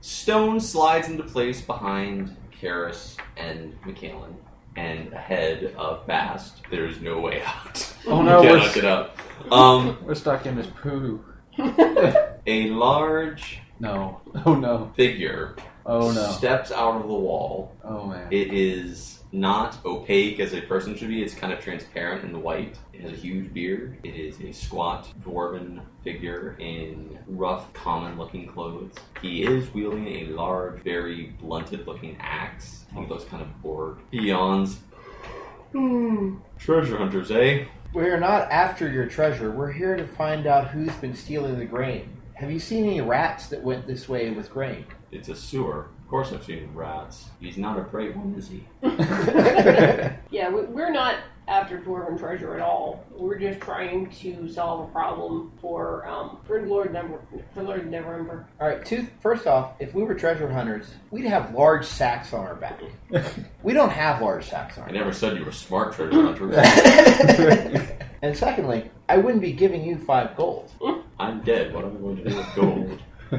stone slides into place behind Karis and McCallan, and ahead of Bast. There's no way out. Oh no, you we're, cannot get up. Um, we're stuck in this poo. a large No. Oh no. figure Oh no. steps out of the wall. Oh man. It is not opaque as a person should be. It's kind of transparent and white. It has a huge beard. It is a squat dwarven figure in rough, common-looking clothes. He is wielding a large, very blunted-looking axe. He looks kind of bored. He yawns. Treasure hunters, eh? We're not after your treasure. We're here to find out who's been stealing the grain. Have you seen any rats that went this way with grain? It's a sewer. Of course, I've seen rats. He's not a great one, is he? Yeah, we, we're not after dwarven treasure at all. We're just trying to solve a problem for um for Lord Never for Lord Neverember. All right. Two, first off, if we were treasure hunters, we'd have large sacks on our back. we don't have large sacks on I our never said you were smart treasure hunters. back. and secondly, I wouldn't be giving you five gold. I'm dead. What am I going to do with gold? I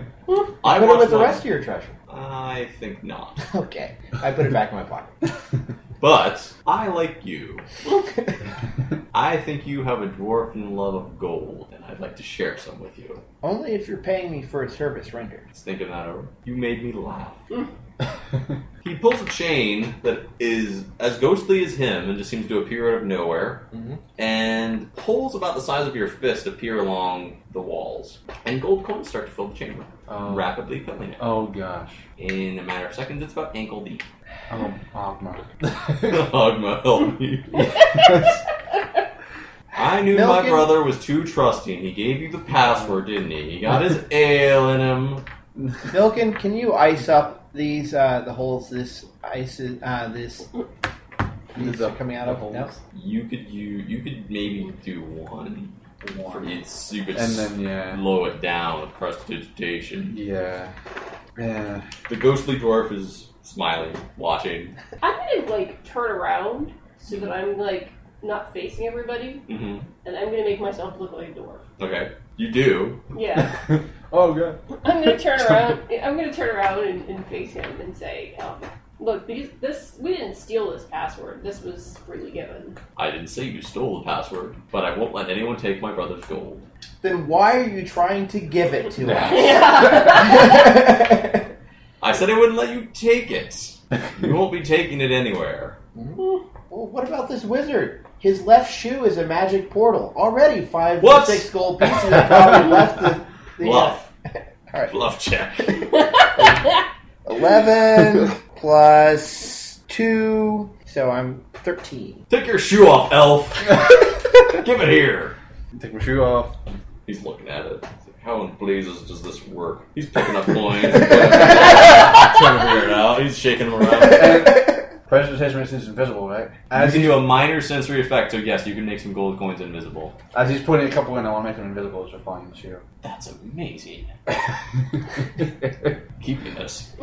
would want have with the my- rest of your treasure. I think not. Okay, I put it back in my pocket. But I like you. I think you have a dwarven love of gold, and I'd like to share some with you. Only if you're paying me for a service rendered. Just thinking that over. You made me laugh. He pulls a chain that is as ghostly as him and just seems to appear out of nowhere, Mhm. and holes about the size of your fist appear along the walls, and gold coins start to fill the chamber, Oh. rapidly filling it. Oh gosh. In a matter of seconds, it's about ankle deep. I'm a magma. Ogma, help me. I knew my Milken. brother was too trusting. He gave you the password, didn't he? He got his ale in him. Milken, can you ice up these uh, the holes? This ice is uh, this. These are coming out of holes. No? You could you you could maybe do one. For it's you could And then yeah. slow it down with prestidigitation. Yeah. Yeah. The ghostly dwarf is smiling, watching. I'm gonna like turn around so that I'm like not facing everybody, Mm-hmm. hmm and I'm gonna make myself look like a dwarf. Okay, you do. Yeah, oh god. I'm gonna turn around. I'm gonna turn around and, and face him and say, um, "Look, because this we didn't steal this password. This was freely given." I didn't say you stole the password, but I won't let anyone take my brother's gold. Then why are you trying to give it to us? I said I wouldn't let you take it. You won't be taking it anywhere. well, what about this wizard? His left shoe is a magic portal. Already five What? or six gold pieces have probably left the. the Bluff. All right. Bluff check. 11 plus 2. So I'm 13. Take your shoe off, elf. Give it here. Take my shoe off. He's looking at it. He's like, How in blazes does this work? He's picking up coins, and putting them together, trying to figure it out. He's shaking them around. Presentation is invisible, right? You As can he's, do a minor sensory effect, so yes, you can make some gold coins invisible. as he's putting a couple in, I want to make them invisible as they're falling in the shoe. That's amazing. Keeping this.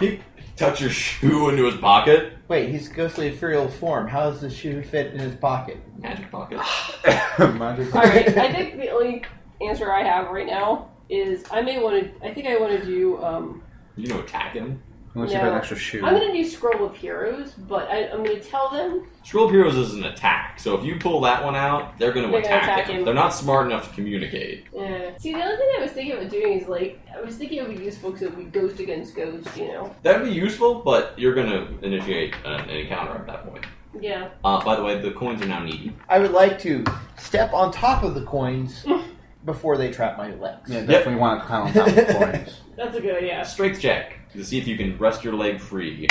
He tucks your shoe into his pocket. Wait, he's ghostly ethereal form. How does the shoe fit in his pocket? Magic pocket. Magic. All right, I think the only answer I have right now is I may want to. I think I want to do. Um, You know, attack him. Unless you put an No. extra shoe. I'm gonna do scroll of heroes, but I, I'm gonna tell them. Scroll of Heroes is an attack, so if you pull that one out, they're going to They're attack, gonna attack him. him. They're not smart enough to communicate. Uh, see, the only thing I was thinking about doing is like I was thinking it would be useful because it would be ghost against ghost. You know? That would be useful, but you're going to initiate an, an encounter at that point. Yeah. Uh, by the way, the coins are now needy. I would like to step on top of the coins before they trap my legs. Yeah, definitely want to count down the coins. That's a good idea. Strength check to see if you can rest your leg free.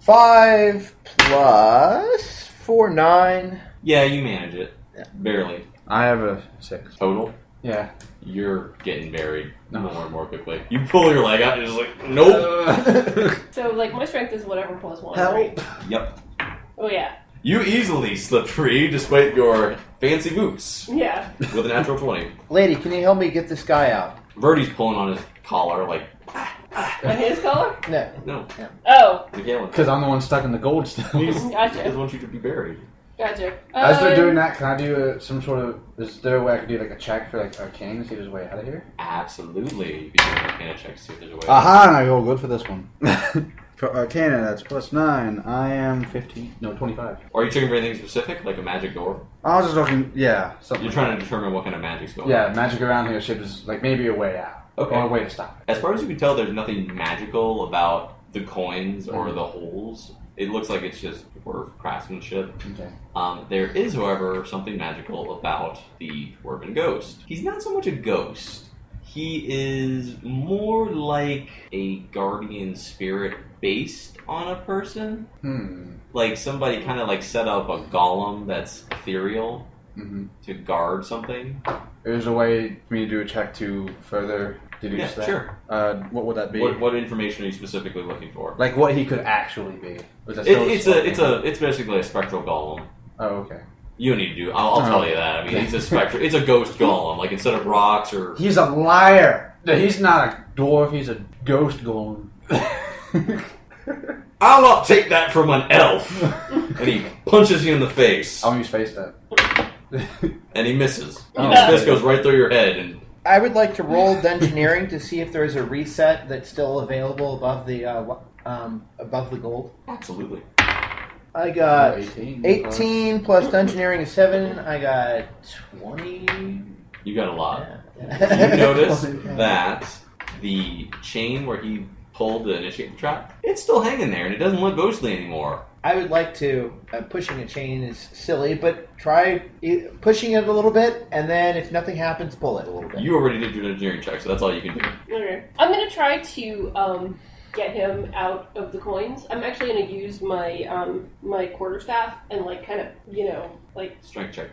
Five plus four nine. Yeah, you manage it. Yeah. Barely. I have a six. Total. Yeah. You're getting buried No. more and more quickly. You pull your leg out and you're just like, nope. Uh. So like my strength is whatever plus one. Help. Right? Yep. Oh yeah. You easily slip free despite your fancy boots Yeah. with a natural 20. Lady, can you help me get this guy out? Verdi's pulling on his collar like, Ah. On his color? No. no, Oh, the gallon. Because I'm the one stuck in the gold still. He's, Gotcha. he doesn't want you to be buried. Gotcha. As they're Um, doing that, can I do a, some sort of? Is there a way I could do like a check for like arcane to see if there's a way out of here? Absolutely. You can arcana check to see if there's a way. Aha! And I go good for this one. for arcana, that's plus nine. I am fifteen. No, twenty-five. Are you checking for anything specific, like a magic door? I was just looking. Yeah, something. You're trying to determine what kind of magic's going on. Yeah, magic around here shapes like maybe a way out Okay. or a way to stop. As far as you can tell, there's nothing magical about the coins Mm-hmm. or the holes. It looks like it's just dwarf craftsmanship. it. Okay. Um, there is, however, something magical about the dwarven ghost. He's not so much a ghost. He is more like a guardian spirit based on a person. Hmm. Like somebody kind of like set up a golem that's ethereal Mm-hmm. to guard something. There's a way for me to do a check to further deduce Yeah, that. sure. Uh, what would that be? What, what information are you specifically looking for? like what he could actually be. Was that It, still it's a, it's a, it's basically a spectral golem. Oh, okay. You don't need to do. I'll, I'll tell you that. I mean, he's a spectral. It's a ghost golem. Like instead of rocks or He's a liar. He's not a dwarf. He's a ghost golem. I'll not take that from an elf. and he punches you in the face, I'll use face that. and he misses. Um, Oh. His fist goes right through your head, and I would like to roll Dungeoneering to see if there's a reset that's still available above the uh, wa- um, above the gold. absolutely. I got 18. 18 plus Dungeoneering is 7. I got 20. You got a lot. Yeah. You notice Yeah. that the chain where he pulled to initiate the trap, it's still hanging there, and it doesn't look ghostly anymore. I would like to. Uh, pushing a chain is silly, but try i- pushing it a little bit, and then if nothing happens, pull it a little bit. You already did your engineering check, so that's all you can do. Okay. I'm gonna try to um, get him out of the coins. I'm actually gonna use my um, my quarterstaff and like kind of you know like Strength check.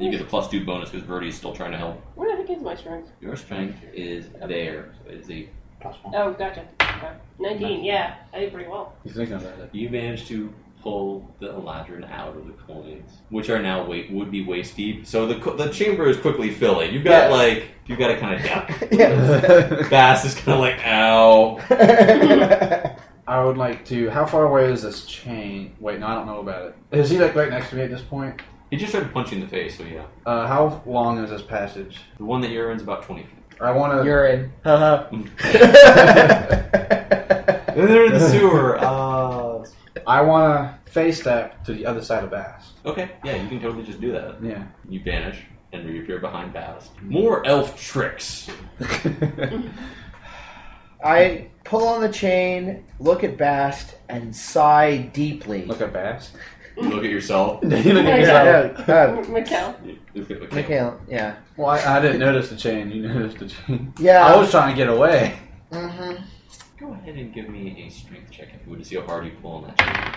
You get the plus two bonus because Verdi's still trying to help. where the heck is my strength? Your strength is there. So it's a Plus one. Oh, gotcha. Okay. Nineteen. Yeah, I did pretty well. He's thinking about it. You managed to pull the Eladrin out of the coins, which are now wa would be waist deep. So the co- the chamber is quickly filling. You've got Yes. like you've got to kind of duck. Yes. Bass is kind of like ow. I would like to. How far away is this chain? Wait, no, I don't know about it. Is he like right next to me at this point? He just tried to punch you in the face. So yeah, Uh, how long is this passage? the one that you're in is about twenty feet. I want to. You're in. Haha. And they're in the sewer. Uh, I want to face step to the other side of Bass. okay, yeah, you can totally just do that. Yeah. You vanish and reappear behind Bass. More elf tricks. I pull on the chain, look at Bast, and sigh deeply. Look at Bass. You look at yourself. You look Yeah, at yeah, yourself. Yeah, no, uh, Mikkel. You look at- okay. Mikhail, yeah. Well, I, I didn't notice the chain. You noticed the chain. Yeah. I was trying to get away. mhm. Go ahead and give me a strength check if you would to see how hard you pull on that. chain.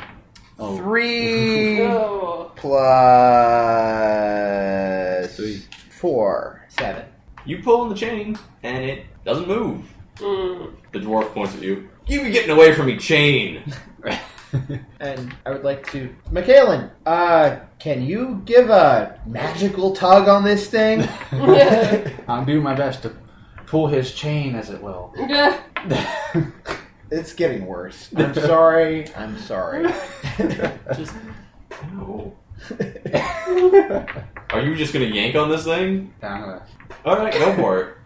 Oh. Three Oh. plus Three. four. Seven. You pull on the chain, and it doesn't move. Mm. The dwarf points at you. You be getting away from me, chain! And I would like to. Michaelin, uh, can you give a magical tug on this thing? I'm doing my best to pull his chain, as it will. Yeah. it's getting worse. I'm sorry. I'm sorry. Just. No. Are you just gonna yank on this thing? Down to Alright, go for it.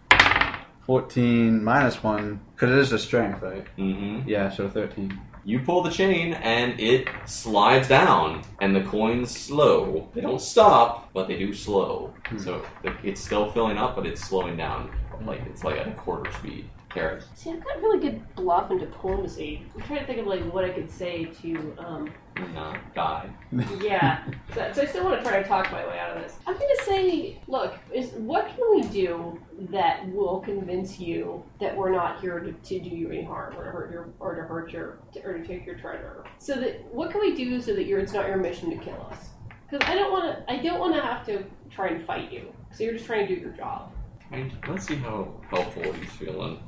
14 minus 1, because it is a strength, right? Mm-hmm. Yeah, so 13. You pull the chain, and it slides down, and the coins slow. They don't stop, but they do slow. Hmm. So the- it's still filling up, but it's slowing down. Like, it's like at a quarter speed. Carrots. See, I've got really good bluff and diplomacy. I'm trying to think of like what I could say to um. You're not die. Yeah. so, so I still want to try to talk my way out of this. I'm gonna say, look, is what can we do that will convince you that we're not here to, to do you any harm or to hurt your or to hurt your to, or to take your treasure? So that what can we do so that you're, it's not your mission to kill us? Because I don't want to. I don't want to have to try and fight you. So you're just trying to do your job. And let's see how helpful he's feeling.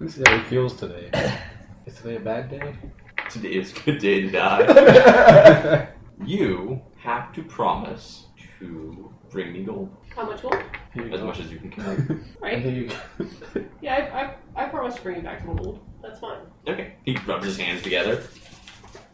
Let's see how he feels today. Is today a bad Today is a good day to die. day? You have to promise to bring me gold How much will? as much as you can carry. Right? Yeah, I, I, I promise to bring you back some gold. That's fine. Okay. He rubs his hands together.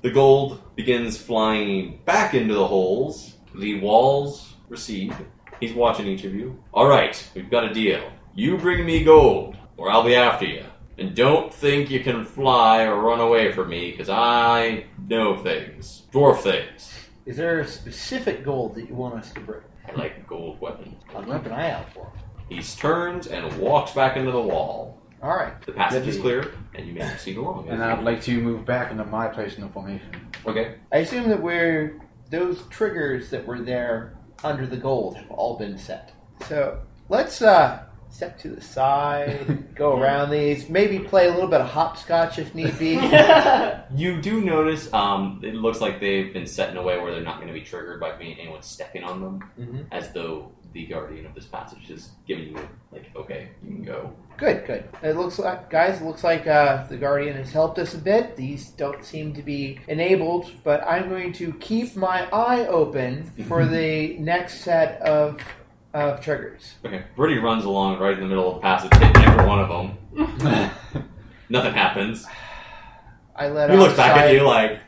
The gold begins flying back into the holes. The walls recede. He's watching each of you. All right, we've got a deal. You bring me gold, or I'll be after you. And don't think you can fly or run away from me, because I know things. Dwarf things. Is there a specific gold that you want us to bring? I like gold weapons. I'll keep an eye out for it. He turns and walks back into the wall. All right. The passage is Yippee. clear, and you may proceed along. And I'd like to move back into my place in the formation. Okay. I assume that we're those triggers that were there under the gold have all been set. So let's uh, step to the side, go around these, maybe play a little bit of hopscotch if need be. You do notice um, it looks like they've been set in a way where they're not going to be triggered by being anyone stepping on them, Mm-hmm. Mhm. as though the guardian of this passage is giving you like, okay, you can go. Good, good. It looks like, guys, it looks like uh, the Guardian has helped us a bit. These don't seem to be enabled, but I'm going to keep my eye open for Mm-hmm. the next set of of triggers. Okay. Bertie runs along right in the middle of the passage, hitting every one of them. Nothing happens. I let He out looks a back sigh, at you like,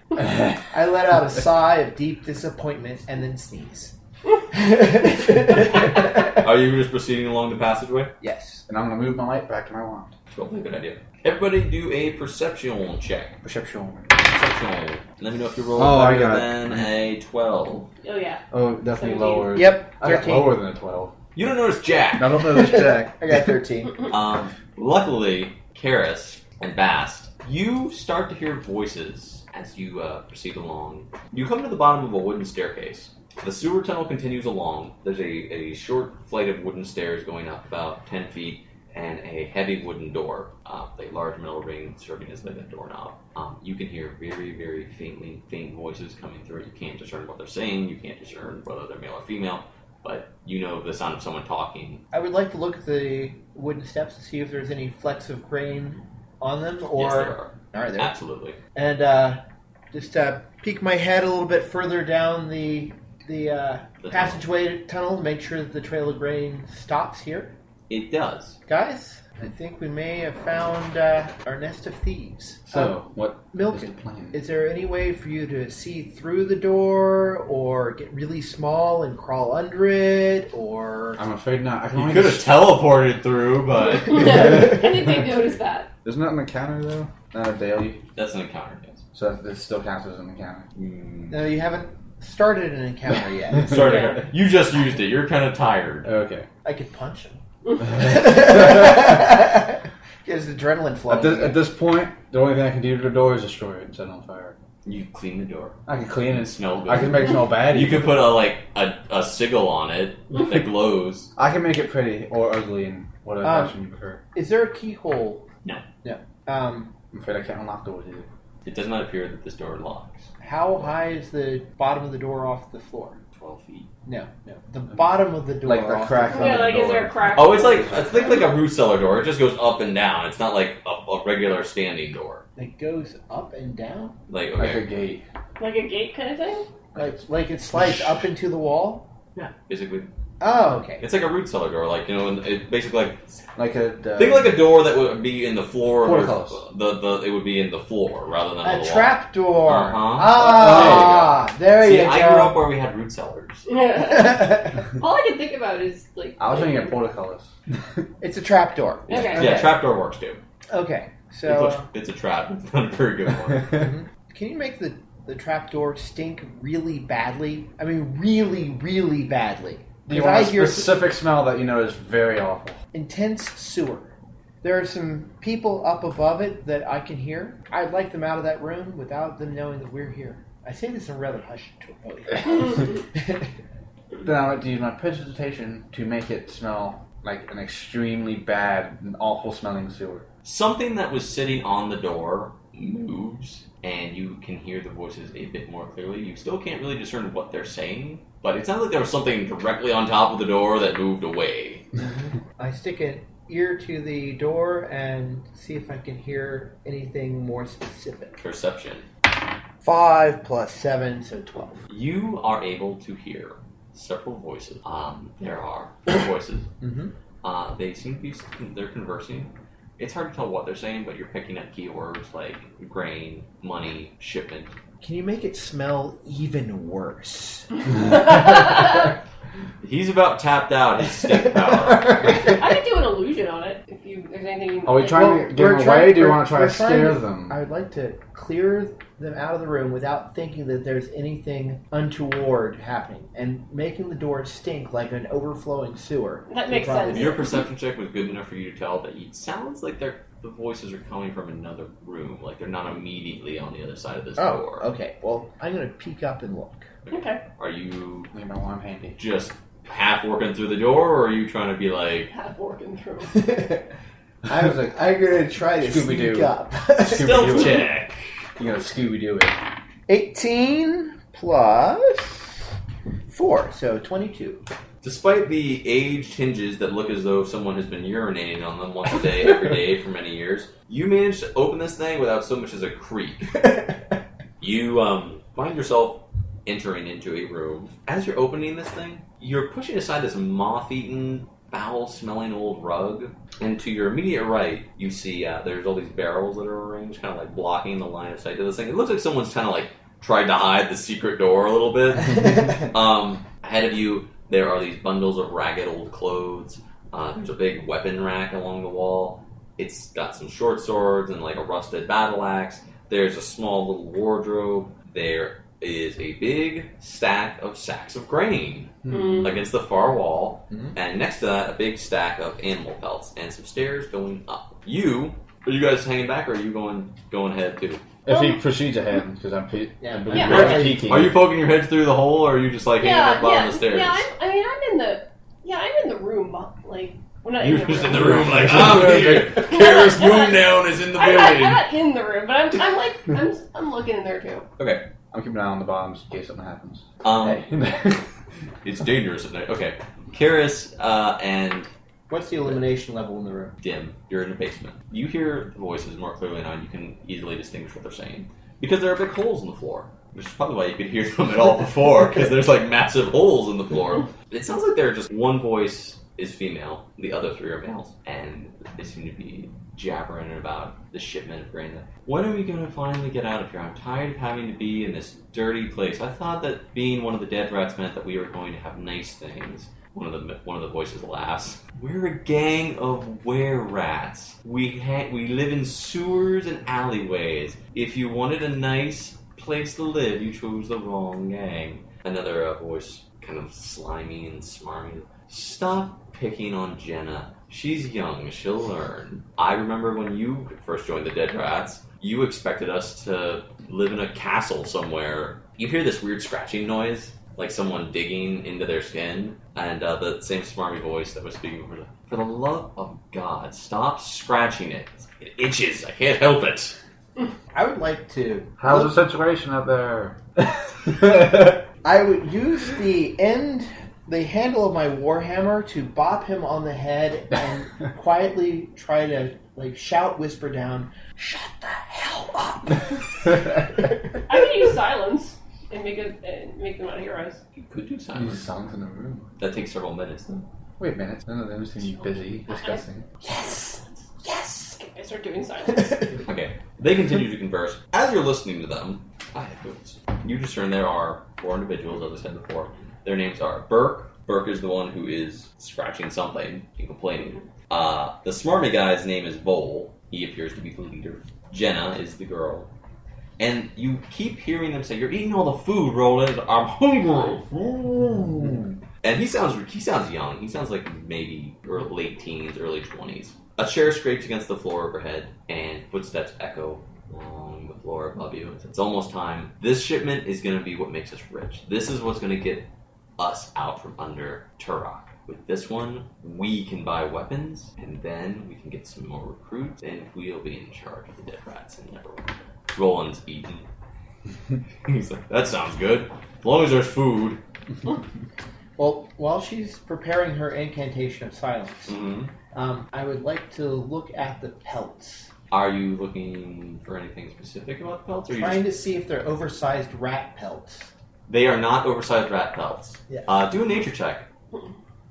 I let out a sigh of deep disappointment and then sneeze. yes. are you just proceeding along the passageway? And I'm gonna move my light back to my wand. Probably a good idea. Everybody do a perception check. Perception. Perception. Let me know if you roll Oh, I better got it. than a 12. oh yeah. Oh, definitely Seventeen. lower. Yep. I got Thirteen. lower than a twelve. You don't notice Jack. I don't know this Jack. I got thirteen. Um, luckily, Karis and Bast, you start to hear voices as you uh, proceed along. You come to the bottom of a wooden staircase. The sewer tunnel continues along. There's a, a short flight of wooden stairs going up about 10 feet and a heavy wooden door, uh, with a large metal ring serving as like a doorknob. Um, you can hear very, very faintly, faint voices coming through it. You can't discern what they're saying. You can't discern whether they're male or female, but you know the sound of someone talking I would like to look at the wooden steps to see if there's any flecks of grain on them, or yes, there are. are there? Absolutely. and uh, just uh, peek my head a little bit further down the the uh, The tunnel. passageway tunnel to make sure that the trail of grain stops here. It does. Guys, I think we may have found uh, our nest of thieves. Uh, So, what is the Milton, plan? is there any way for you to see through the door, or get really small and crawl under it, or I'm afraid not. I can You only could have just- teleported through, but I think they noticed that. Isn't that an encounter though? Not a daily, that's an encounter. Yes. Mm. so that- this still counts as an encounter. no? You haven't started an encounter yet. Sorry, to- you just used it. You're kind of tired. Okay. I could punch him. at, Get his adrenaline flowing. this, at this point, the only thing I can do to the door is destroy it and set it on fire. You clean the door. I can clean It it. smell good. I can make it smell bad. you could put a like a, a sigil on it that glows. I can make it pretty or ugly in whatever Um, fashion you prefer. Is there a keyhole? No. No. Um, I'm afraid I can't unlock doors either. It does not appear that this door locks. how high is the bottom of the door off the floor? Twelve feet. No, no. The bottom of the door. Like the off crack floor. Yeah, like is there a crack? Oh, it's like it's like like a root cellar door. It just goes up and down. It's not like a, a regular standing door. It goes up and down. Like Like a okay, gate. like a gate kind of thing? Like, like it slides up into the wall. yeah, basically, Oh, okay. it's like a root cellar door. Like you know, and it basically like Like a. Uh, think like a door that would be in the floor. of your- Portcullis. The, the it would be in the floor rather than on A the wall. trap door. Uh-huh. Oh, Ah, there See, you go. I grew up where we had root cellars. All I can think about is like. I was thinking of portcullis. it's a trap door. Okay. Yeah, Okay. trapdoor works too. Okay, It so looks- it's a trap. It's not a very good one. Can you make the, the trapdoor stink really badly? I mean, really, really badly. Do you Because want a I hear specific smell that you know is very awful? intense sewer. There are some people up above it that I can hear. I'd like them out of that room without them knowing that we're here. I say this in a rather hushed tone. Then I like to use my precipitation to make it smell like an extremely bad and awful smelling sewer. Something that was sitting on the door moves, and you can hear the voices a bit more clearly. You still can't really discern what they're saying, but it sounds like there was something directly on top of the door that moved away. I stick an ear to the door and see if I can hear anything more specific. Perception. Five plus seven, so twelve. You are able to hear several voices. Um, there are four voices. Mm-hmm. Uh, they seem to be they're conversing. It's hard to tell what they're saying, but you're picking up keywords like grain, money, shipment, Can you make it smell even worse? I He's about tapped out his stick power. could do an illusion on it if you. There's anything. You Are we like- trying Well, to get we're them trying- away? Do you we're- want to try we're to scare trying- them? I would like to clear them out of the room without thinking that there's anything untoward happening and making the door stink like an overflowing sewer. That makes Probably. sense. Your perception check was good enough for you to tell that it sounds like they're, the voices are coming from another room. Like they're not immediately on the other side of this Oh, door. okay. Well, I'm going to peek up and look. Okay. Are you Leave my wand handy. just half working through the door, or are you trying to be like, Half working through. I'm, was like, I'm gonna try to Scooby-Doo. sneak up. Scooby-Doo stealth it. check? You gotta Scooby Doo it. 18 plus 4, so 22. Despite the aged hinges that look as though someone has been urinating on them once a day, every day for many years, you manage to open this thing without so much as a creak. You um, find yourself entering into a room. As you're opening this thing, you're pushing aside this moth-eaten, foul-smelling old rug, and to your immediate right, you see uh, there's all these barrels that are arranged, kind of like blocking the line of sight to this thing. It looks like someone's kind of like tried to hide the secret door a little bit. Um, ahead of you, there are these bundles of ragged old clothes. Uh, there's a big weapon rack along the wall. It's got some short swords and like a rusted battle axe. There's a small little wardrobe. There is a big stack of sacks of grain Mm. against the far wall, Mm-hmm. Mhm. and next to that, a big stack of animal pelts and some stairs going up. You are you guys hanging back, or are you going going ahead too? If he Um, proceeds ahead, because I'm, pe- Yeah. I'm Yeah. really Are you- peeking. Are you poking your heads through the hole, or are you just like hanging yeah. up bottom yeah. of the stairs? Yeah. I'm, I mean, I'm in the. Yeah, I'm in the room. but, Like, we're not You're in the just room. in the room like, I'm here. Karis Moondown is in the I'm, not, I'm building. not in the room, but I'm, I'm like, I'm, I'm looking in there too. I'm keeping an eye on the bombs in case something happens. Um, Hey. it's dangerous at night. Okay. Karis uh, and What's the illumination level in the room? Dim, you're in the basement. You hear the voices more clearly now. You can easily distinguish what they're saying. Because there are big holes in the floor. Which is probably why you could hear them at all before, because there's like massive holes in the floor. It sounds like they're just one voice is female, the other three are males. And they seem to be jabbering about the shipment of grain. When are we going to finally get out of here? I'm tired of having to be in this dirty place. I thought that being one of the dead rats meant that we were going to have nice things. One of the one of the voices laughs. We're a gang of were rats. We ha- we live in sewers and alleyways. If you wanted a nice place to live, you chose the wrong gang. Another uh, voice, kind of slimy and smarmy. Stop picking on Jenna. She's young. She'll learn. I remember when you first joined the Dead Rats. You expected us to live in a castle somewhere. You hear this weird scratching noise, like someone digging into their skin, and uh, the same smarmy voice that was speaking over the. For the love of God, stop scratching it. It itches. I can't help it. I would like to. How's the situation up there? I would use the end, the handle of my warhammer to bop him on the head and quietly try to like shout, whisper down, "Shut the hell up!" I could use silence and make a, and make them not hear us. You could do There's silence. sounds in the room. That takes several minutes, though. Wait a minute. None of them seem to be busy discussing. Yes, yes. I start doing silence. Okay. They continue to converse. As you're listening to them, I have boots. You discern there are four individuals, as I said before. Their names are Burke. Burke is the one who is scratching something and complaining. Uh, the smarmy guy's name is Vole. He appears to be the leader. Jenna is the girl. And you keep hearing them say, "You're eating all the food, Roland. I'm hungry." And he sounds he sounds young. He sounds like maybe early, late teens, early twenties. A chair scrapes against the floor overhead, and footsteps echo along the floor above you. It's almost time. This shipment is going to be what makes us rich. This is what's going to get us out from under Turok. With this one, we can buy weapons, and then we can get some more recruits, and we'll be in charge of the dead rats and never. Roland's eaten. Hmm. He's like, that sounds good. As long as there's food. Well, while she's preparing her incantation of silence, Mm-hmm. um, I would like to look at the pelts, Are you looking for anything specific about the pelts? Or are you trying just... to see if they're oversized rat pelts. They are not oversized rat pelts. Yeah. Uh, do a nature check.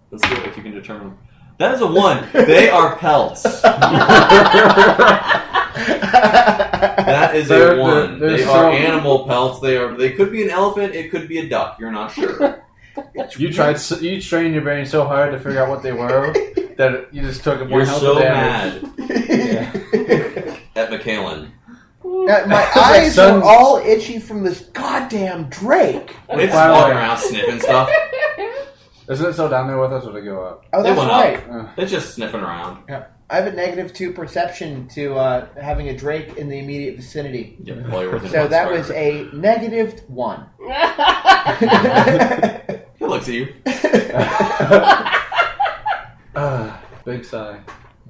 Let's see if you can determine. That is a one. they are pelts. That is They're- a they're- one. they're They so- are animal pelts. They are. They could be an elephant. It could be a duck. You're not sure. You tried. So, you trained your brain so hard to figure out what they were that you just took one You're health so damage. mad at McKellen. Uh, my It's like eyes sun- are all itchy from this goddamn Drake. Wait, It's why would walking I- around sniffing stuff. Isn't it still down there with us, or did it go up? Oh, They that's went up. right. Uh, It's just sniffing around. I have a negative two perception to uh, having a Drake in the immediate vicinity. You have to play within So one that square. was a negative one. He looks at you. ah, big sigh.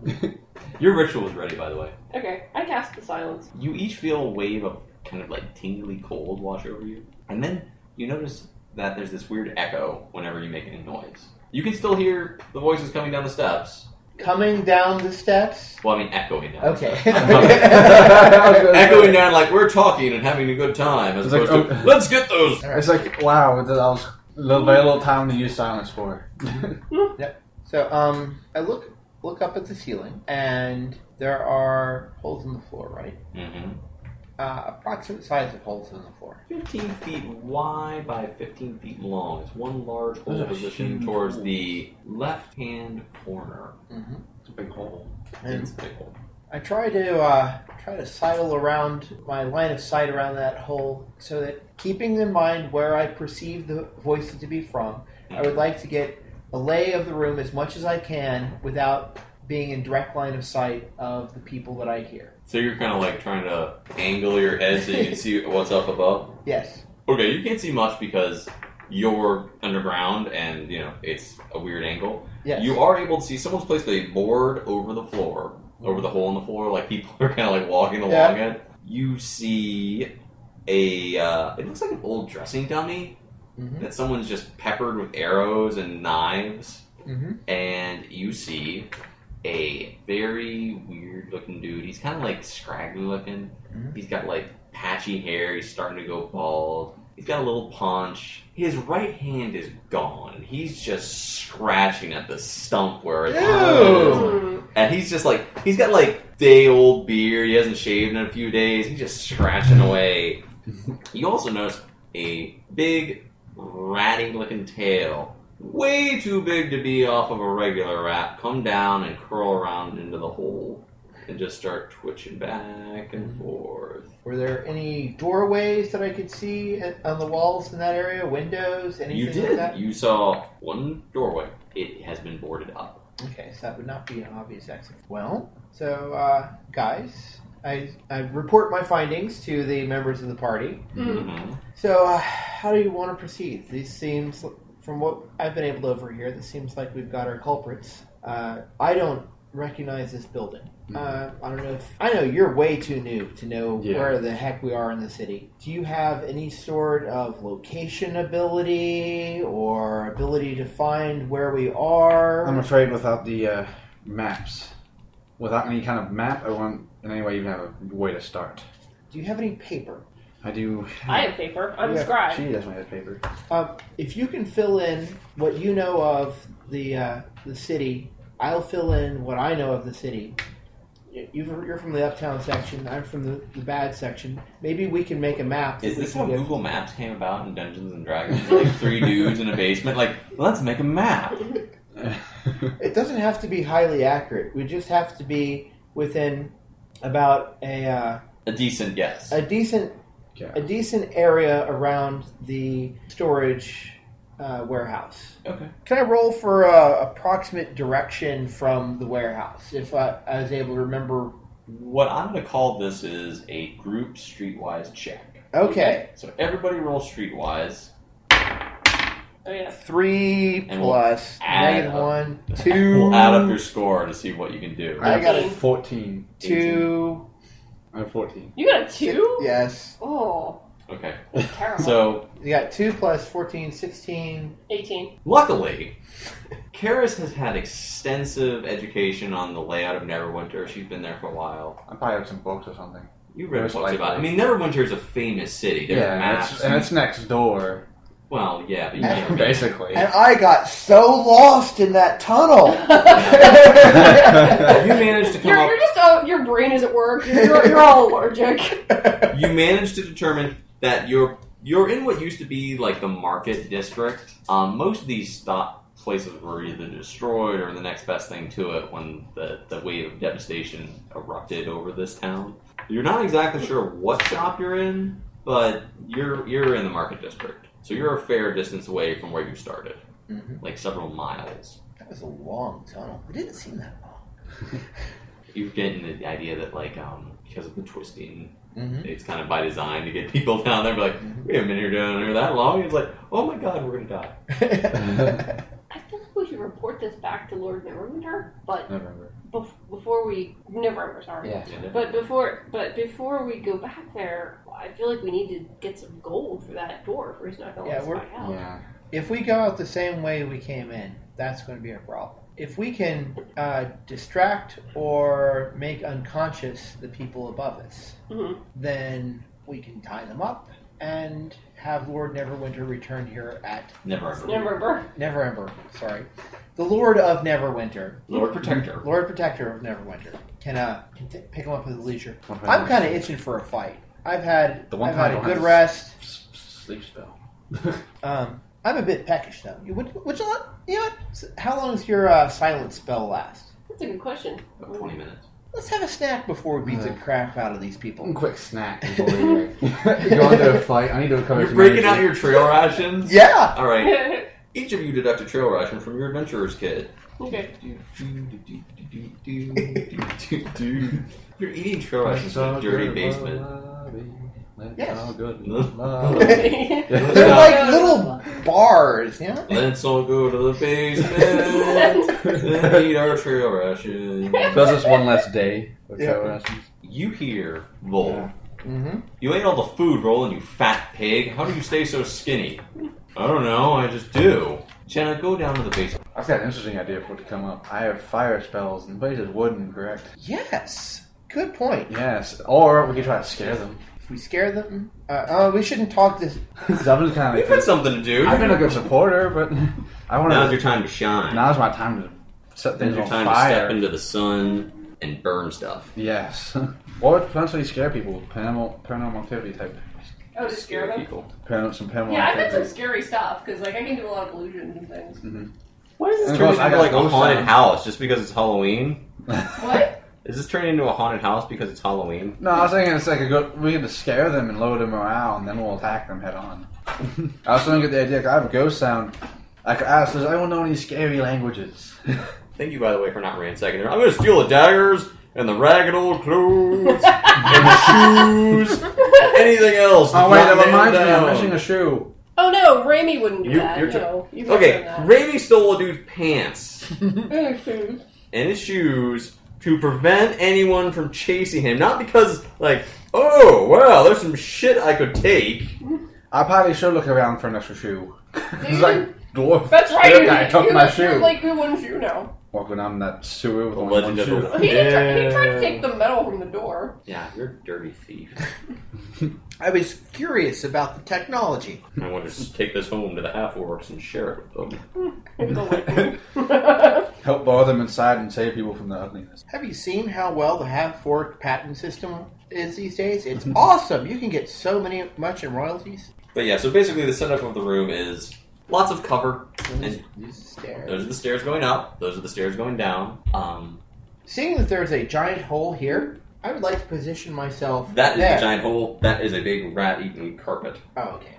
Your ritual is ready, by the way. okay, I cast the silence. You each feel a wave of kind of like tingly cold wash over you, and then you notice that there's this weird echo whenever you make any noise. You can still hear the voices coming down the steps. Coming down the steps. Well, I mean, echoing down. the Okay. I was gonna say- echoing down like we're talking and having a good time as It's like, opposed to oh. let's get those It's like wow, that I was little, very little time to use silence for. So um, I look look up at the ceiling, and there are holes in the floor, right? hmm Mm-hmm. Uh, approximate size of holes in the floor. 15 feet wide by 15 feet long it's one large Those hole are positioned huge towards holes. the left hand corner Mm-hmm. it's a big hole. And it's a big hole I try to uh, try to sidle around my line of sight around that hole, so that keeping in mind where I perceive the voices to be from, I would like to get a lay of the room as much as I can without being in direct line of sight of the people that I hear. so you're kind of like trying to angle your head so you can see what's up above Yes. okay you can't see much because you're underground and you know it's a weird angle Yes. You are able to see someone's placed a board over the floor, over the hole in the floor, like people are kind of like walking along Yeah. it. You see a, uh, it looks like an old dressing dummy Mhm. that someone's just peppered with arrows and knives, Mhm. and you see a very weird looking dude. He's kind of like scraggly looking. Mhm. He's got like patchy hair. He's starting to go bald. He's got a little paunch. His right hand is gone. He's just scratching at the stump where it is. Hmm. And he's just like, he's got like day old beard. He hasn't shaved in a few days. He's just scratching away. you also notice a big, ratty looking tail. Way too big to be off of a regular rat. Come down and curl around into the hole and just start twitching back Mm-hmm. and forth. Were there any doorways that I could see a- on the walls in that area? Windows? Anything You like did. that? You saw one doorway. It has been boarded up. Okay, so that would not be an obvious exit. Well, so uh, guys, I, I report my findings to the members of the party. Hmm. Mhm. So, uh, how do you want to proceed? This seems, from what I've been able to overhear, this seems like we've got our culprits. Uh, I don't recognize this building. Uh, I don't know if I know you're way too new to know Mm-hmm. Yeah. where the heck we are in the city. Do you have any sort of location ability or ability to find where we are? I'm afraid without the uh, maps, without any kind of map, I won't in any way even have a way to start. do you have any paper? I do. I have paper. I'm Yeah, a scribe. She doesn't have paper. Um, if you can fill in what you know of the uh, the city, I'll fill in what I know of the city. You- You've, you're from the uptown section. I'm from the, the bad section. Maybe we can make a map. that Is we this can how get- Google Maps came about in Dungeons and Dragons? Like three dudes in a basement, like let's make a map. It doesn't have to be highly accurate. We just have to be within about a uh, A decent guess. a decent yeah. a decent area around the storage uh, warehouse. Okay. Can I roll for uh, approximate direction from the warehouse if I, I was able to remember? What I'm going to call this is a group streetwise check. Okay, So everybody roll streetwise. Oh yeah. three And we'll plus add negative up. one, two. We'll add up your score to see what you can do. I have I got it. fourteen. two. I have fourteen. You got a two? Yes, Oh, Okay. that's terrible. So you got two plus 14, 16. 18. luckily, Karis has had extensive education on the layout of Neverwinter. She's been there for a while. I probably have some books or something. You read Most books about it. I likely. mean, Neverwinter is a famous city. There's yeah, and maps. it's, and it's next door. Well, yeah, but you And- can't. read. Basically. And I got so lost in that Oh. tunnel. You managed to come You're, up. you're just oh, your brain is at work. You're, you're, you're all allergic. you managed to determine that you're you're in what used to be like the market district. Um, most of these stop places were either destroyed or the next best thing to it when the, the wave of devastation erupted over this town. You're not exactly sure what shop you're in, but you're you're in the market district. So you're a fair distance away from where you started. Mhm. Like several miles. That was a long tunnel. It didn't seem that long. You're getting the idea that like um because of the twisting Hmm? Mm-hmm. It's kind of by design to get people down there. Be like, we haven't been here down there that long. It's like, oh my god, we're gonna die. Mm-hmm. I feel like we should report this back to Lord Neverwinter, but November. bef- before we Neverwinter, sorry. Yeah. But before, but before we go back there, I feel like we need to get some gold for that dwarf, or he's not going to Yeah, let us we're- back out. Yeah. If we go out the same way we came in, that's going to be a problem. If we can uh, distract or make unconscious the people above us, Mhm. then we can tie them up and have Lord Neverwinter return here at Never ever. Neverwinter. Neverember. Sorry, the Lord of Neverwinter, Lord Protector. Lord Protector of Neverwinter, can uh can t- pick him up at his leisure. Okay. I'm kind of itching for a fight. I've had The one I've time had a I good had- rest. S- Sleep spell. Um, I'm a bit peckish though. You would, would you let, you know what? S- How long does your uh, silent spell last? That's a good question. About Twenty minutes. Let's have a snack before we beat the Uh. crap out of these One people. quick snack before we like, go into a fight. I need to recover. You're some breaking out energy. your trail rations. Yeah. All right. Each of you deduct a trail ration from your adventurer's kit. okay. You're eating trail rations Let's in a all dirty go to basement. lobby. Let's Yes. all go to Mm. lobby. Oh, They're like little bars, you know? Let's all go to the basement and eat our trail rations. Does this one less day? of Yeah. travel rations. You hear, Vol. Yeah. Mm-hmm. You ate all the food, Roland, you fat pig. How do you stay so skinny? I don't know, I just do. Jenna, go down to the basement. I've got an interesting idea for what to come up. I have fire spells, and Blaze is wooden, correct? Yes. Good point. Yes. Or we could try to scare them. If we scare them, uh, oh, we shouldn't talk this. 'Cause I'm just kind You've of got like, something to do. I've been a good supporter, but I want Now's to. your time to shine. Now's my time to set Now's things your on time to fire. step into the sun and burn stuff. Yes. or potentially scare people with paranormal, paranormal activity type. Oh, to scare them. people. Paran- some paranormal Yeah, I've done some activity. scary stuff because like I can do a lot of illusions and things. Why does And this turn plus, I into got uh, like a ghost haunted town. house just because it's Halloween? What? Is this turning into a haunted house because it's Halloween? No, I was thinking it's like a good. We get to scare them and lower their morale, and then we'll attack them head on. I was trying to get the idea. 'cause I have a ghost sound. I could ask, does anyone know any scary languages? Thank you, by the way, for not ransacking her. I'm gonna steal the daggers and the ragged old clothes and the shoes. and Anything else? oh wait, that Not reminds me. I'm down. missing a shoe. Oh no, Raimi wouldn't do You- that. you're tr- no, you Okay, Raimi stole a dude's pants Okay. and his shoes to prevent anyone from chasing him. Not because, like, oh, wow, there's some shit I could take. I probably should look around for an extra shoe. Dude. it's like dwarf. That's right. spirit you- guy took you my left your, shoe. Like your one shoe now. Walking down that sewer with The only one legend of shoe. the- He, tried, he Yeah. tried to take the metal from the door. Yeah, you're a dirty thief. I was curious about the technology. I want to just take this home to the half orcs and share it with them. Help borrow them inside and save people from the ugliness. Have you seen how well the half-fork patent system is these days? It's awesome. You can get so many much in royalties. But yeah, so basically, the setup of the room is lots of cover. And These stairs. those are the stairs going up, those are the stairs going down. Um, Seeing that there's a giant hole here, I would like to position myself that is there. a giant hole, that is a big rat eaten carpet. Oh, okay.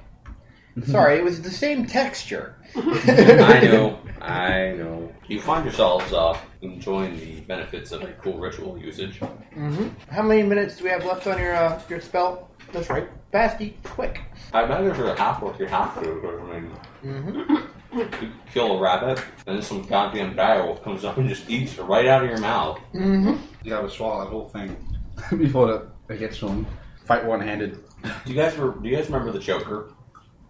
Sorry, it was the same texture. I know. I know. You find yourselves uh, enjoying the benefits of a cool ritual usage. hmm How many minutes do we have left on your uh, your spell? That's right. Basty, quick. I imagine for a half orc, you have to. because, I mean, hmm you kill a rabbit, and then some goddamn direwolf comes up and just eats it right out of your mouth. hmm You gotta swallow that whole thing before it gets one. Fight one handed. Do you guys re- do you guys remember the choker?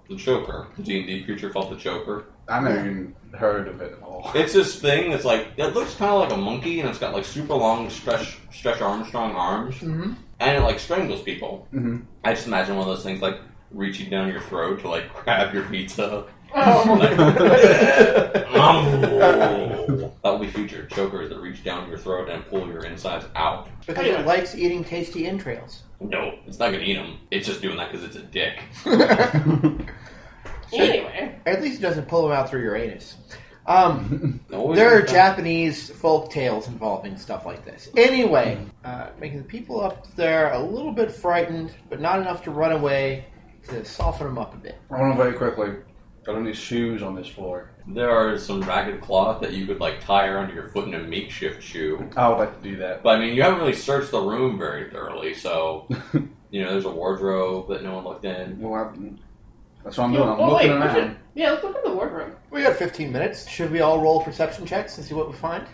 The choker, the D and D creature called the choker. I never even heard of it at all. It's this thing that's like it looks kind of like a monkey, and it's got like super long stretch stretch Armstrong arms, hmm and it like strangles people. Mhm. I just imagine one of those things like reaching down your throat to like grab your pizza. Oh, Like, Oh. that will be future chokers that reach down your throat and pull your insides out. Because it likes eating tasty entrails. No, it's not gonna eat them. It's just doing that because it's a dick. anyway. At least it doesn't pull them out through your anus. Um, Always there are like that. Japanese folk tales involving stuff like this. Anyway, uh, making the people up there a little bit frightened, but not enough to run away to soften them up a bit. I want to very quickly. I don't need shoes on this floor. There are some ragged cloth that you could like tie around your foot in a makeshift shoe. I would like to do that. But I mean, you haven't really searched the room very thoroughly, so you know there's a wardrobe that no one looked in. Well, I'm- that's what I'm You- doing. I'm oh, wait, looking we around. should- yeah, let's look in the wardrobe. We got 15 minutes. Should we all roll perception checks and see what we find?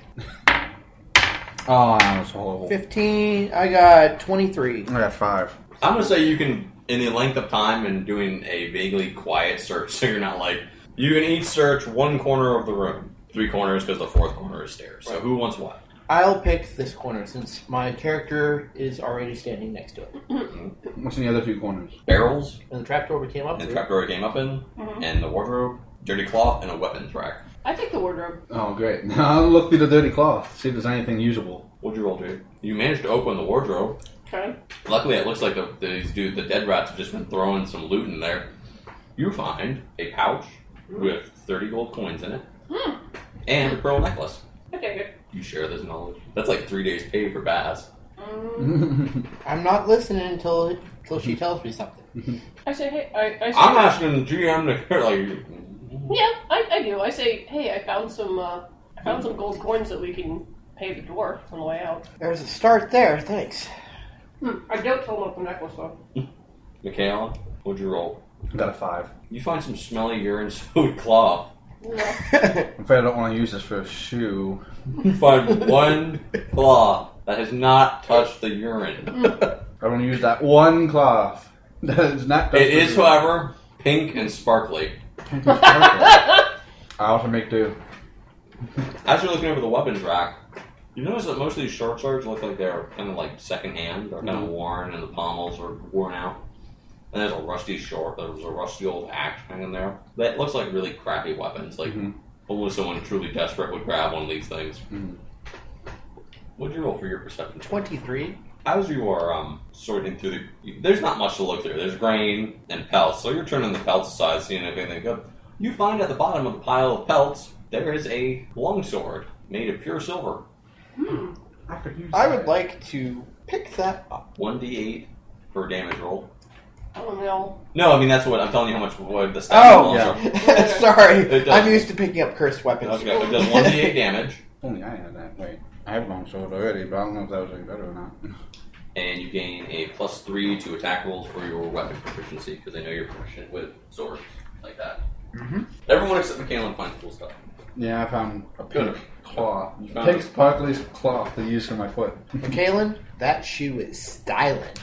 Oh, that was horrible. 15. I got 23. I got five. I'm gonna say you can, in the length of time and doing a vaguely quiet search, so you're not like you can each search one corner of the room, three corners because the fourth corner is stairs. So who wants what? I'll pick this corner since my character is already standing next to it. What's in the other two corners? Barrels And the trapdoor we came up and the to. trapdoor it came up in, Mhm. and the wardrobe, dirty cloth, and a weapons rack. I take the wardrobe. Oh, great. Now I'll look through the dirty cloth, see if there's anything usable. What'd you roll, Jade? You managed to open the wardrobe. Okay. Luckily, it looks like the, these dude, the dead rats, have just been throwing some loot in there. You find a pouch with 30 gold coins in it Hmm. and a pearl necklace. Okay, good. You share this knowledge. That's like three days' pay for Baz. Mm-hmm. Um, Wait, I'm not listening until until she tells me something. I say, hey, I, I say, I'm asking the GM to like. yeah, I, I do. I say, hey, I found some, uh, I found some gold coins that we can pay the dwarf on the way out. There's a start there. Thanks. Hmm. I don't tell him about the necklace though. Michaela, what'd you roll? got a five. You find some smelly urine soaked cloth. No. I'm afraid I don't want to use this for a shoe. You find one cloth that has not touched the urine. I want to use that one cloth. That is not. It is, however, pink and sparkly. I also make do. As you're looking over the weapons rack, you notice that most of these short swords look like they're kind of like secondhand. They're kind of worn, and the pommels are worn out. And there's a rusty short. There's a rusty old axe hanging there. That looks like really crappy weapons. Like Mhm. only someone truly desperate would grab one of these things. Mhm. What'd you roll for your perception? check? 23. As you are um, sorting through the, there's not much to look through. There's grain and pelts, so you're turning the pelts aside, seeing if anything good. You find at the bottom of the pile of pelts there is a longsword made of pure silver. Hmm. I could use. I would like to pick that up. One d8 for a damage roll. Oh no. No, I mean that's what I'm telling you how much wood the stat Oh, rolls yeah. are. It Sorry, does. I'm used to picking up cursed weapons. Okay, it does one d8 damage, Only I had that. Wait, I have long sword already, but I don't know if that was any better or not. and you gain a plus three to attack rolls for your weapon proficiency because I know you're proficient with swords like that. Mhm. Everyone except Michaelin finds cool stuff. Yeah, I found a pink Good. cloth. You found Pink sparkly cloth to use for my foot. Kalen, that shoe is styling.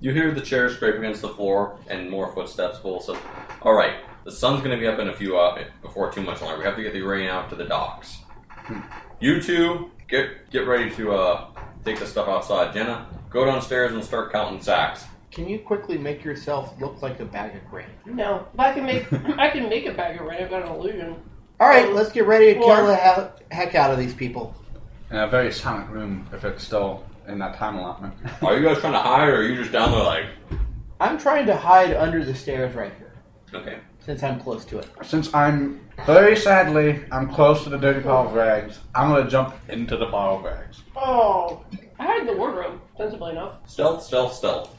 You hear the chair scrape against the floor and more footsteps. Bull says, All right, the sun's going to be up in a few hours before too much longer. We have to get the rain out to the docks. You two, get get ready to uh, take the stuff outside. Jenna, go downstairs and start counting sacks. Can you quickly make yourself look like a bag of grain? No. If I can make, I can make a bag of rain. I've got an illusion. All right, let's get ready to Or- kill the he- heck out of these people. In a very silent room, if it's still in that time allotment. Are you guys trying to hide or are you just down there like, I'm trying to hide under the stairs right here okay? since I'm close to it. Since I'm very sadly, I'm close to the dirty pile of rags. I'm gonna jump into the pile of rags. Oh. I hide in the wardrobe, sensibly enough. Stealth, stealth, stealth.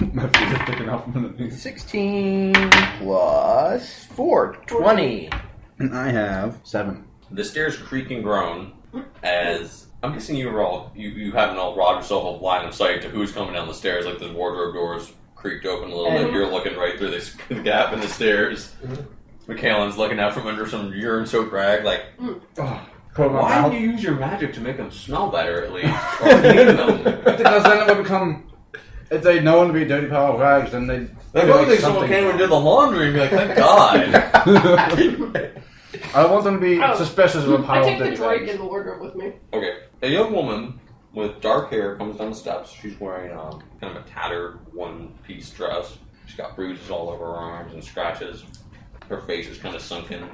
my feet are picking up from the knees. 16 plus 4, 20. And I have seven. The stairs creak and groan as I'm guessing you were all you, you haven't all robbed yourself of line of sight to who's coming down the stairs. Like the wardrobe doors creaked open a little bit. Mhm. You're looking right through this gap in the stairs. Mhm. McAllen's looking out from under some urine soaked rag. Like, Oh, put my why mouth. do you use your magic to make them smell better at least? Or clean them? because then it would become. If they know him to be dirty pile of rags, then they. Like, feel I think someone came and did the laundry and be like, thank God. I want them to be Oh. suspicious of a I pile take of the dirty droid in rags. the wardrobe with me. Okay, a young woman with dark hair comes down the steps. She's wearing um, kind of a tattered one piece dress. She's got bruises all over her arms and scratches. Her face is kind of sunken.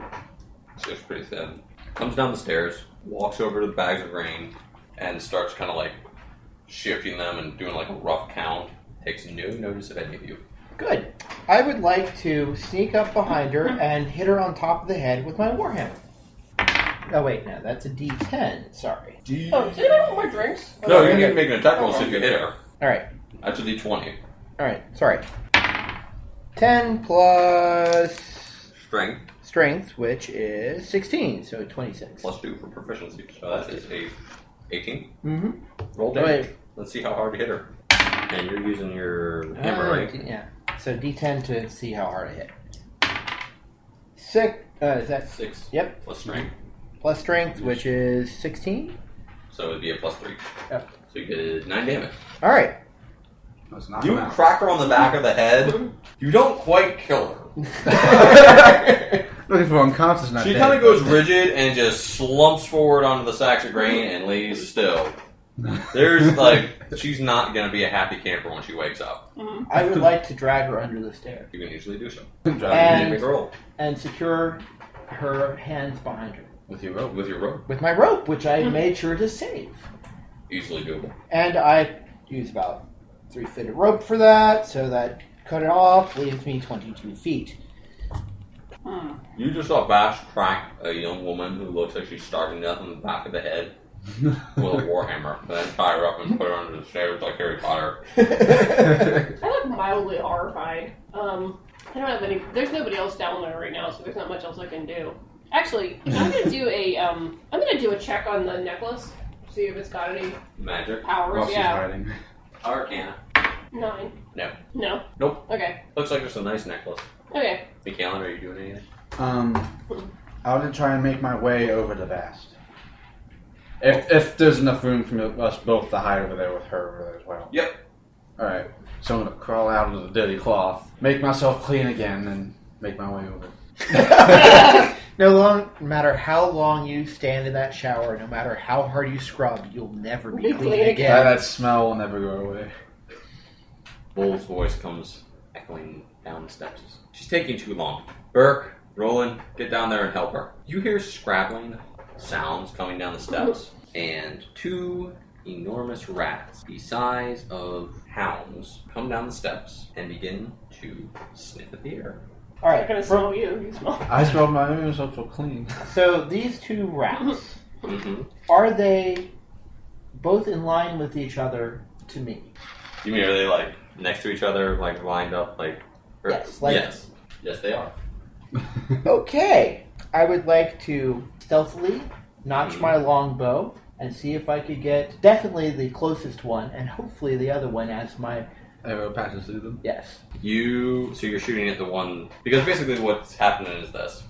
So it's pretty thin. Comes down the stairs, walks over to the bags of grain, and starts kind of like shifting them and doing like a rough count. Takes no notice of any of you. Good. I would like to sneak up behind her and hit her on top of the head with my warhammer. Oh wait, no, that's a D10. Sorry. Oh, does anybody want more drinks? No, you need to make an attack roll to see if you hit her. All right, That's a d20. all right. Sorry. Ten plus Strength strength, which is sixteen, so twenty-six. plus two for proficiency. So that is a 18. Mm-hmm. Roll Oh, damage. Let's see how hard you hit her. And you're using Uh, your hammer, right? Ah, Yeah. So D10 to see how hard I hit. Six. Uh, is that Six. Yep. Plus strength. plus strength, which is sixteen? So it'd be a plus three. Yep. So you did nine damage. All right. Let's knock You him out. crack her on the back of the head. You don't quite kill her. Looking for unconscious, not she dead. kind of goes rigid and just slumps forward onto the sacks of grain and lays still. There's like, she's not gonna be a happy camper when she wakes up. I would like to drag her under the stair You can easily do so. And- Make a roll and secure her hands behind her with your rope. with your rope. with my rope, which I made sure to save. Easily doable. And I use about three feet of rope for that, so that cut it off leaves me twenty-two feet. Hmm. You just saw Bash crack a young woman who looks like she's starting death on the back of the head Uh, with a warhammer, and then tie her up and put her under the stairs like Harry Potter. I look mildly horrified. Um, I don't have any. There's nobody else down there right now, so there's not much else I can do. Actually, I'm gonna do a um, I'm gonna do a check on the necklace, see if it's got any Magic. powers. While she's yeah, hiding. Arcana. nine. No. No. Nope. Okay. Looks like just a nice necklace. Okay. Michaelin, are you doing anything? Um, I want to try and make my way over to Vast. If, if there's enough room for us both to hide over there with her over there as well. Yep. All right. So I'm gonna crawl out of the dirty cloth, make myself clean again, and make my way over. No long, no matter how long you stand in that shower, no matter how hard you scrub, you'll never be Be clean clean That, again. that smell will never go away. Bull's voice comes echoing down the steps. She's taking too long. Burke, Roland, get down there and help her. You hear scrabbling sounds coming down the steps, and two enormous rats, the size of hounds, come down the steps and begin to sniff at the air. All I'm not gonna right, smell you. You smell. I smelled my own so clean. so these two rats. Mm-hmm. Are they both in line with each other to me? You mean are they like next to each other, like lined up, like? or- Yes, like- yes, yes, they are. Okay. I would like to stealthily notch my longbow and see if I could get definitely the closest one and hopefully the other one as my Arrow passes through them. yes. You so you're shooting at the one because basically what's happening is this: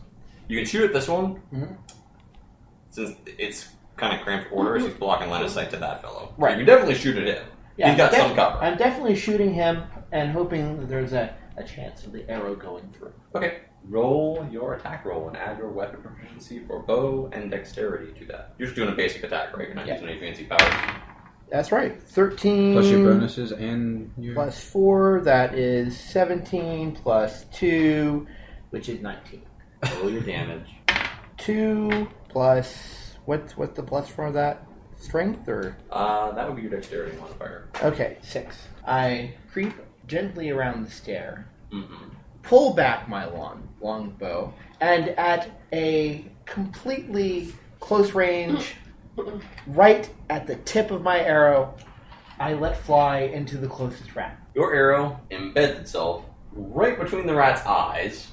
you can shoot at this one Mhm. since it's kind of cramped order. He's blocking line of sight to that fellow. Right. You can definitely shoot at him. Yeah, He's got def- some cover. I'm definitely shooting him and hoping that there's a, a chance of the arrow going through. Okay. Roll your attack roll and add your weapon proficiency for bow and dexterity to that. You're just doing a basic attack, right? You're not Yeah. using any fancy powers. That's right. Thirteen Plus your bonuses and your. Mm. plus four, that is seventeen plus two, which is nineteen. Roll your damage. Two plus what's what's the plus for that? Strength or Uh, that would be your dexterity modifier. Okay, six. I creep gently around the stair, Mm-hmm. pull back my long long bow, and at a completely close range, right at the tip of my arrow, I let fly into the closest rat. Your arrow embeds itself right between the rat's eyes.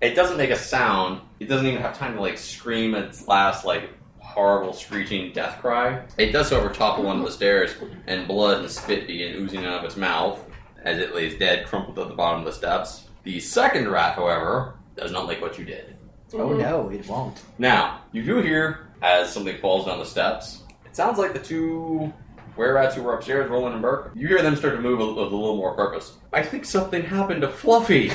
It doesn't make a sound. It doesn't even have time to like scream its last like horrible screeching death cry. It does however topple onto the stairs and blood and spit begin oozing out of its mouth as it lays dead crumpled at the bottom of the steps. The second rat, however, does not like what you did. Oh no, it won't. Now, you do hear as something falls down the steps. It sounds like the two were rats who were upstairs, Roland and Burke. You hear them start to move with a little more purpose. I think something happened to Fluffy.